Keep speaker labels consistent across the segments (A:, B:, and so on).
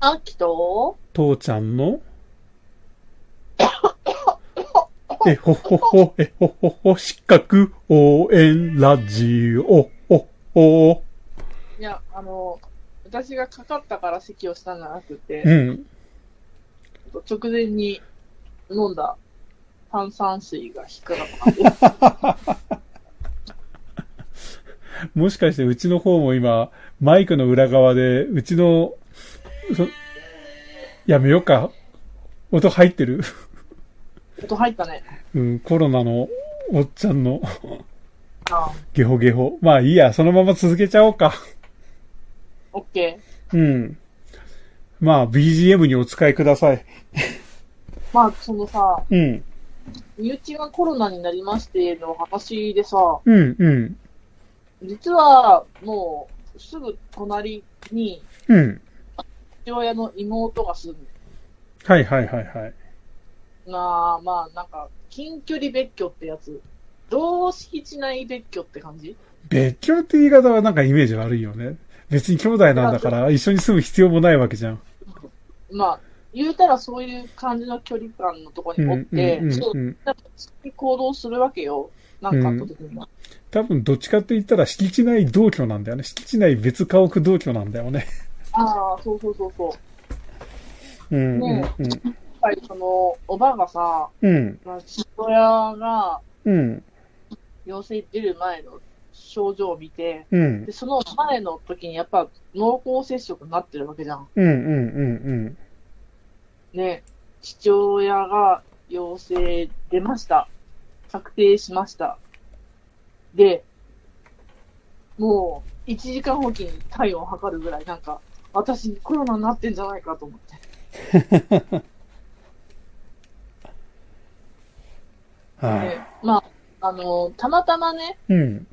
A: あきと
B: 父ちゃんの、えほほほ、えほほほ、四角応援ラジオ、ほほ。
A: いや、あの、私がかかったから咳をしたんじゃなくて、
B: うん。
A: 直前に飲んだ炭酸水が引っかかったんで
B: もしかしてうちの方も今、マイクの裏側で、うちの、そやめようか。音入ってる
A: す。音入ったね。
B: うん、コロナのおっちゃんの
A: あ
B: ゲホゲホ。まあいいや、そのまま続けちゃおうか。
A: オッケー。
B: うん。まあ BGM にお使いください。
A: まあ、そのさ、
B: うん、
A: 身内がコロナになりましての話でさ、
B: うん、うん、
A: 実はもうすぐ隣に
B: うん。
A: 父親の妹が住んで
B: はいはいはいはい。
A: なあ、まあなんか、近距離別居ってやつ。同敷地内別居って感じ
B: 別居って言い方はなんかイメージ悪いよね。別に兄弟なんだから一緒に住む必要もないわけじゃん。
A: まあ、言うたらそういう感じの距離感のとこ
B: う
A: に
B: ん、
A: おっ
B: うん、
A: て、
B: うん
A: そう、
B: うん。
A: なんか普通に行動するわけよ。なんかあった時には。
B: 多分どっちかって言ったら敷地内同居なんだよね。敷地内別家屋同居なんだよね。
A: ああ、そうそうそうそう。
B: うん、うん
A: ね、やっぱりその、おばがさ、
B: うん、
A: まあ、父親が
B: うん、
A: 陽性出る前の症状を見て、
B: うん、うん
A: で、、その前の時にやっぱ濃厚接触になってるわけじゃん。
B: うん、うん、
A: ね、父親が陽性出ました。確定しました。で、もう1時間おきに体温を測るぐらい、なんか、私コロナになってんじゃないかと思って。
B: うん。は
A: で
B: い。
A: まあ、あの、たまたまね、
B: うん、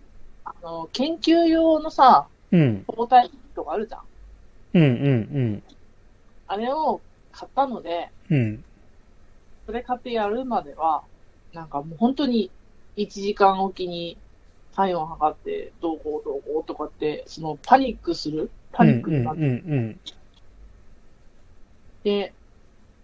A: あの、研究用のさ、
B: うん、
A: 抗体とかあるじゃん。
B: うん、うん、
A: あれを買ったので、
B: うん、うん。
A: それ買ってやるまでは、なんかもう本当に1時間おきに体温測って、どうこうどうこうとかって、そのパニックするパニックになっ
B: うん、うん、
A: て、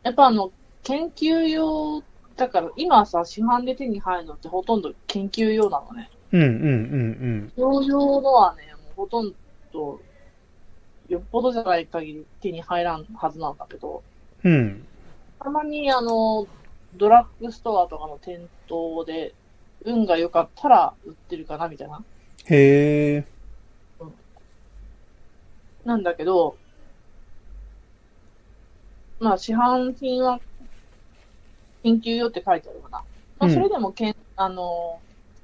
A: やっぱあの、研究用、だから今さ、市販で手に入るのってほとんど研究用なのね。
B: うん、うん、うん、
A: 用用のはね、もうほとんど、よっぽどじゃない限り手に入らんはずなんだけど、
B: うん、うん。
A: たまにあの、ドラッグストアとかの店頭で、運が良かったら売ってるかなみたいな。
B: へえ。
A: なんだけど、まあ市販品は緊急用って書いてあるかな。まあ
B: うん
A: それでもけん、あの、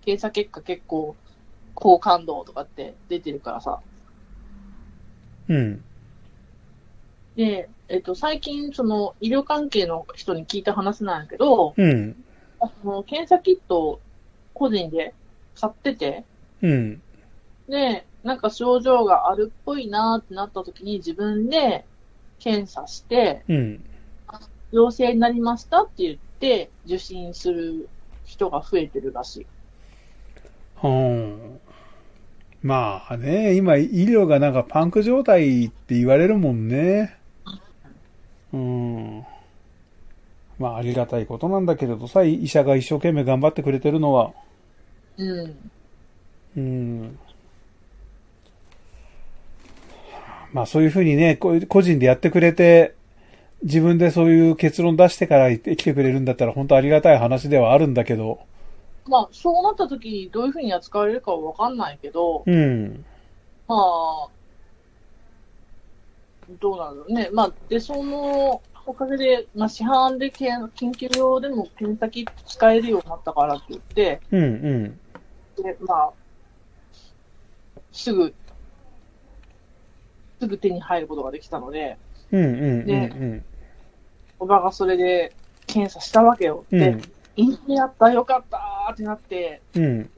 A: 検査結果結構、好感度とかって出てるからさ。
B: うん、
A: で、えっと、最近、その、医療関係の人に聞いた話なんやけど、
B: うん、
A: あの検査キットを個人で買ってて、
B: うん、
A: で、なんか症状があるっぽいなーってなった時に自分で検査して、
B: うん。
A: 陽性になりましたって言って受診する人が増えてるらしい。
B: うん。まあね、今医療がなんかパンク状態って言われるもんね。うん。まあありがたいことなんだけれどさ、医者が一生懸命頑張ってくれてるのは。
A: うん。
B: うん。まあそういうふうにね、こう個人でやってくれて、自分でそういう結論出してから来てくれるんだったら本当ありがたい話ではあるんだけど。
A: まあ、そうなった時にどういうふうに扱われるかはわかんないけど、
B: うん。
A: まあ、どうなんだろうね。まあ、で、そのおかげで、まあ、市販でけん緊急用でも検査キット使えるようになったからって言って、
B: うんうん。
A: で、まあ、すぐ、すぐ手に入ることができたので、
B: うんうんうん
A: おばがそれで検査したわけよ。
B: うん。う
A: で、
B: ん。
A: 陰性やった、よかったーってなって、
B: うん。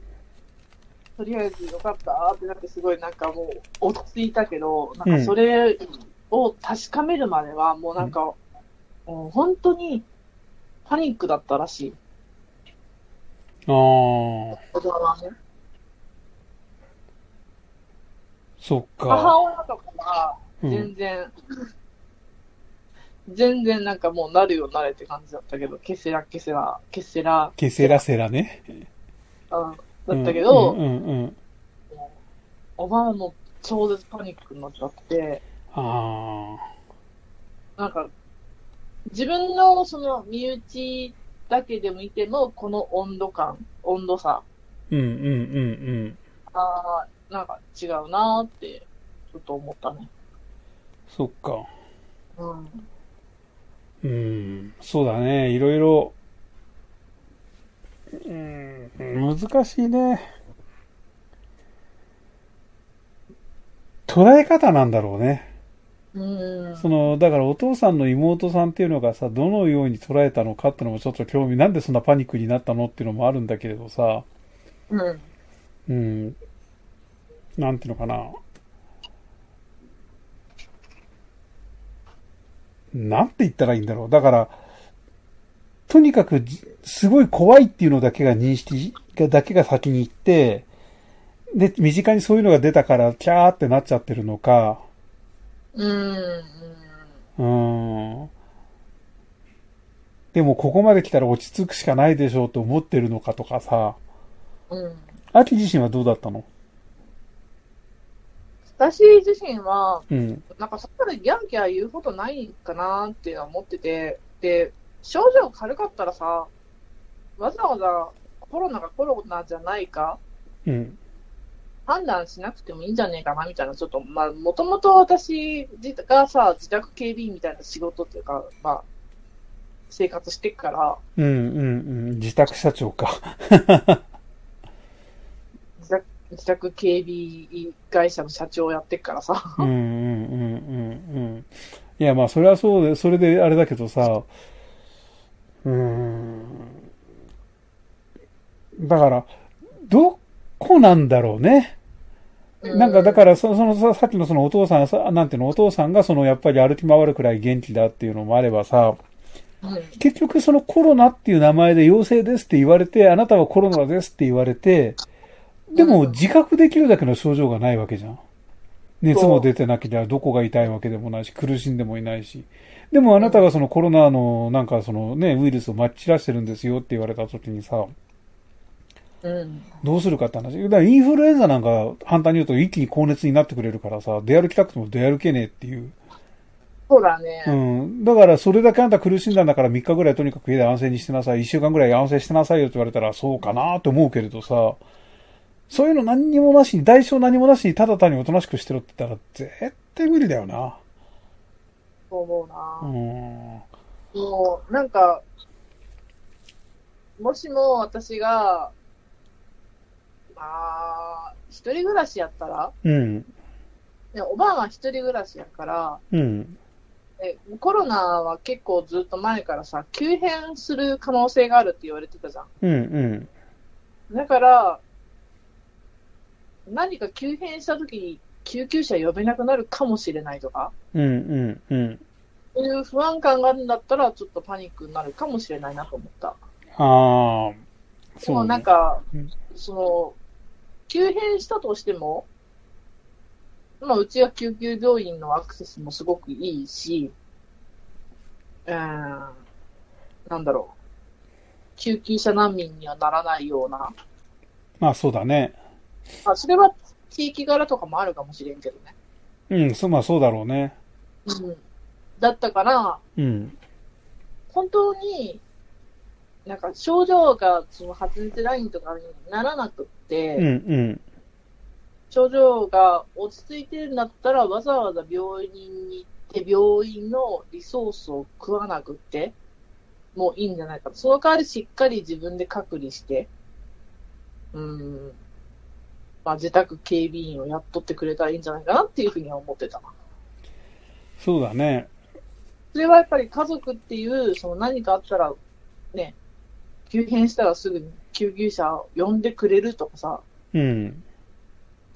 A: とりあえずよかったーってなって、すごいなんかもう落ち着いたけど、なんかそれを確かめるまでは、もうなんか、もう本当にパニックだったらしい、
B: ああ、
A: 大人はね。
B: そっか。
A: 母親とかは
B: うん、
A: 全然、全然なんかもうなるよなれって感じだったけど、ケセラケセラ、ケセラ、
B: ケセラセラね。
A: うん、だったけど、
B: うんうんうんうん。
A: おばあも超絶パニックになっちゃって、
B: ああ。
A: なんか、自分のその身内だけで見ても、この温度感、温度差、
B: うんうんうんうん。
A: あーなんか違うなーって、ちょっと思ったね。
B: そっか。
A: うん。
B: うん。そうだね。いろいろ。うん。難しいね。捉え方なんだろうね。
A: うん。
B: その、だからお父さんの妹さんっていうのがさ、どのように捉えたのかってのもちょっと興味、なんでそんなパニックになったのっていうのもあるんだけれどさ、
A: うん。
B: うん、なんていうのかな。なんて言ったらいいんだろう。だから、とにかくじ、すごい怖いっていうのだけが認識が、だけが先に行って、で、身近にそういうのが出たから、キャーってなっちゃってるのか、
A: うん。
B: うーん。でもここまで来たら落ち着くしかないでしょうと思ってるのかとかさ、
A: うん。
B: アキ自身はどうだったの
A: 私自身は、
B: うん。
A: なんかそこでギャーギャー言うことないかなーっていうのは思ってて、で、症状軽かったらさ、わざわざコロナがコロナじゃないか
B: うん。
A: 判断しなくてもいいんじゃねえかなみたいな、ちょっと、まあ、もともと私がさ、自宅警備員みたいな仕事っていうか、まあ、生活してっから、
B: うんうんうん。自宅社長か。
A: 自宅自宅警備会社の社長やってっからさ、、
B: うんうんうんうんうん。いやまあそれはそうで、それであれだけどさ、うーん。だから、どこなんだろうね。なんかだかららそ、そのさ、さっきのそのお父さんさ、なんていうの、お父さんがそのやっぱり歩き回るくらい元気だっていうのもあればさ、
A: うん
B: 結局そのコロナっていう名前で陽性ですって言われて、あなたはコロナですって言われて、でも自覚できるだけの症状がないわけじゃん。熱も出てなければどこが痛いわけでもないし、苦しんでもいないし。でもあなたがそのコロナのなんかそのね、ウイルスをまき散らしてるんですよって言われた時にさ、
A: うん、
B: どうするかって話。だからインフルエンザなんか反対に言うと一気に高熱になってくれるからさ、出歩きたくても出歩けねえっていう。
A: そうだね。
B: うん。だからそれだけあんた苦しんだんだから3日ぐらいとにかく家で安静にしてなさい。1週間ぐらい安静してなさいよって言われたらそうかなと思うけれどさ、そういうの何にもなしに、代償何もなしにただ単におとなしくしてろって言ったら絶対無理だよな。
A: そう思う
B: う
A: な。
B: ん。
A: もう、なんか、もしも私が、まあ、一人暮らしやったら、
B: うん。
A: ねおばあは一人暮らしやから、
B: うん。
A: えコロナは結構ずっと前からさ、急変する可能性があるって言われてたじゃん。
B: うん。うん。
A: だから、何か急変した時に救急車呼べなくなるかもしれないとか、
B: うん。うん。うん。
A: そういう不安感があるんだったら、ちょっとパニックになるかもしれないなと思った。
B: ああ。
A: で
B: そ
A: も
B: う
A: なん
B: ね。
A: か、
B: うん
A: その、急変したとしても、まあ、うちは救急病院のアクセスもすごくいいし、うーん、なんだろう。救急車難民にはならないような。
B: まあそうだね。
A: まあ、それは地域柄とかもあるかもしれんけどね。
B: うん。そ、まあそうだろうね。
A: うん。だったから、
B: うん。
A: 本当に、なんか症状がその発熱ラインとかにならなくって、
B: うん。うん。
A: 症状が落ち着いてるんだったら、わざわざ病院に行って、病院のリソースを食わなくって、もういいんじゃないかと。その代わりしっかり自分で隔離して、うん、まあ、自宅警備員をやっとってくれたらいいんじゃないかなっていうふうには思ってた。
B: そうだね。
A: それはやっぱり家族っていう、その何かあったら、ね、急変したらすぐに救急車を呼んでくれるとかさ、
B: うん。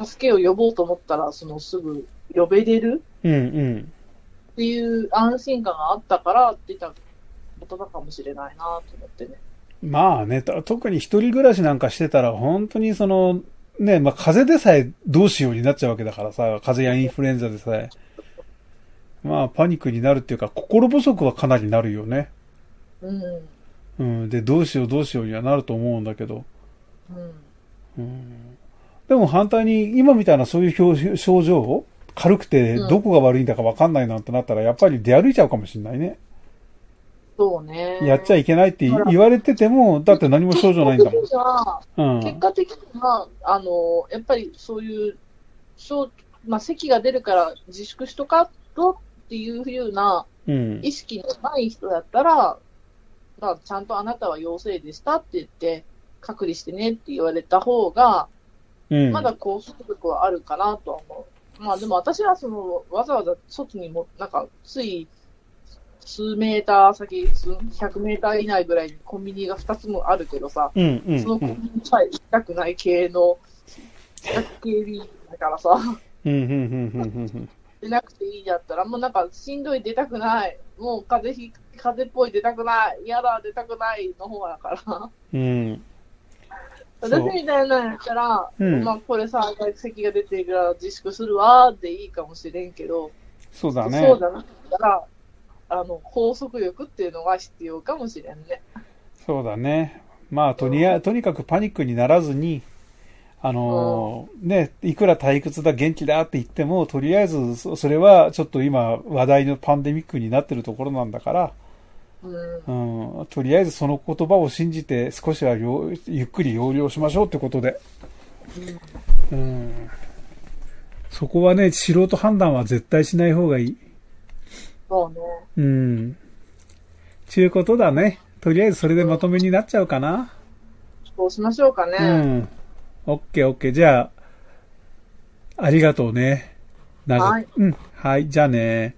A: 助けを呼ぼうと思ったら、そのすぐ呼べれる
B: うん。うん。
A: っていう安心感があったから出た言葉かもしれないなと思ってね。
B: まあね、た特に一人暮らしなんかしてたら、本当にその、ね、まあ風邪でさえどうしようになっちゃうわけだからさ、風邪やインフルエンザでさえ。まあ、パニックになるっていうか、心細くはかなりなるよね。
A: うん。
B: うん。で、どうしようどうしようにはなると思うんだけど。
A: うん。
B: でも反対に、今みたいなそういう表症状を軽くて、
A: うん
B: どこが悪いんだかわかんないなんてなったら、やっぱり出歩いちゃうかもしれないね。
A: そうね。
B: やっちゃ
A: い
B: いけないって言われてても、だって何も症状ないんだ
A: 結果
B: もん。う
A: 的には、結
B: ん。
A: 果的には、あの、やっぱりそういう、症まあ、咳が出るから自粛しとかろっていうふうな
B: うん。
A: 意識のない人だったら、まあ、ちゃんとあなたは陽性でしたって言って、隔離してねって言われた方が、
B: うん。
A: まだ拘束力はあるかなとは思う。まあでも私はその、わざわざ外にも、なんか、つい、数メーター先、数100メーター以内ぐらいにコンビニが2つもあるけどさ、
B: うん、うん、
A: その
B: う
A: コン
B: ん。
A: ビニさえ行きたくない系の、警備員だからさ、
B: うん、うん、うん、うん、うん。
A: 出なくていいやったら、もうなんか、しんどい出たくない、もう風邪ひ、風邪っぽい出たくない、嫌だ出たくないの方だから。
B: うん。そう
A: 私みたいなのやったら、
B: うん
A: まあこれさ、席が出てるから自粛するわーでいいかもしれんけど、
B: そうだね。
A: そうじゃなかったら、あの、拘束力っていうのが必要かもしれんね。
B: そうだね。まあ、とにや、とにかくパニックにならずに、あのーね、いくら退屈だ、元気だって言っても、とりあえず、そそれはちょっと今話題のパンデミックになってるところなんだから、
A: うん。
B: うん、とりあえずその言葉を信じて少しはようゆっくり要領しましょうってことで。うん。そこはね、素人判断は絶対しない方がいい。
A: そうね。
B: うん。ちゅうことだね。とりあえずそれでまとめになっちゃうかな。
A: そうしましょうかね。
B: うん。オッケーオッケー。じゃあ、ありがとうね。なぜ
A: はい
B: うん。はい。じゃあね。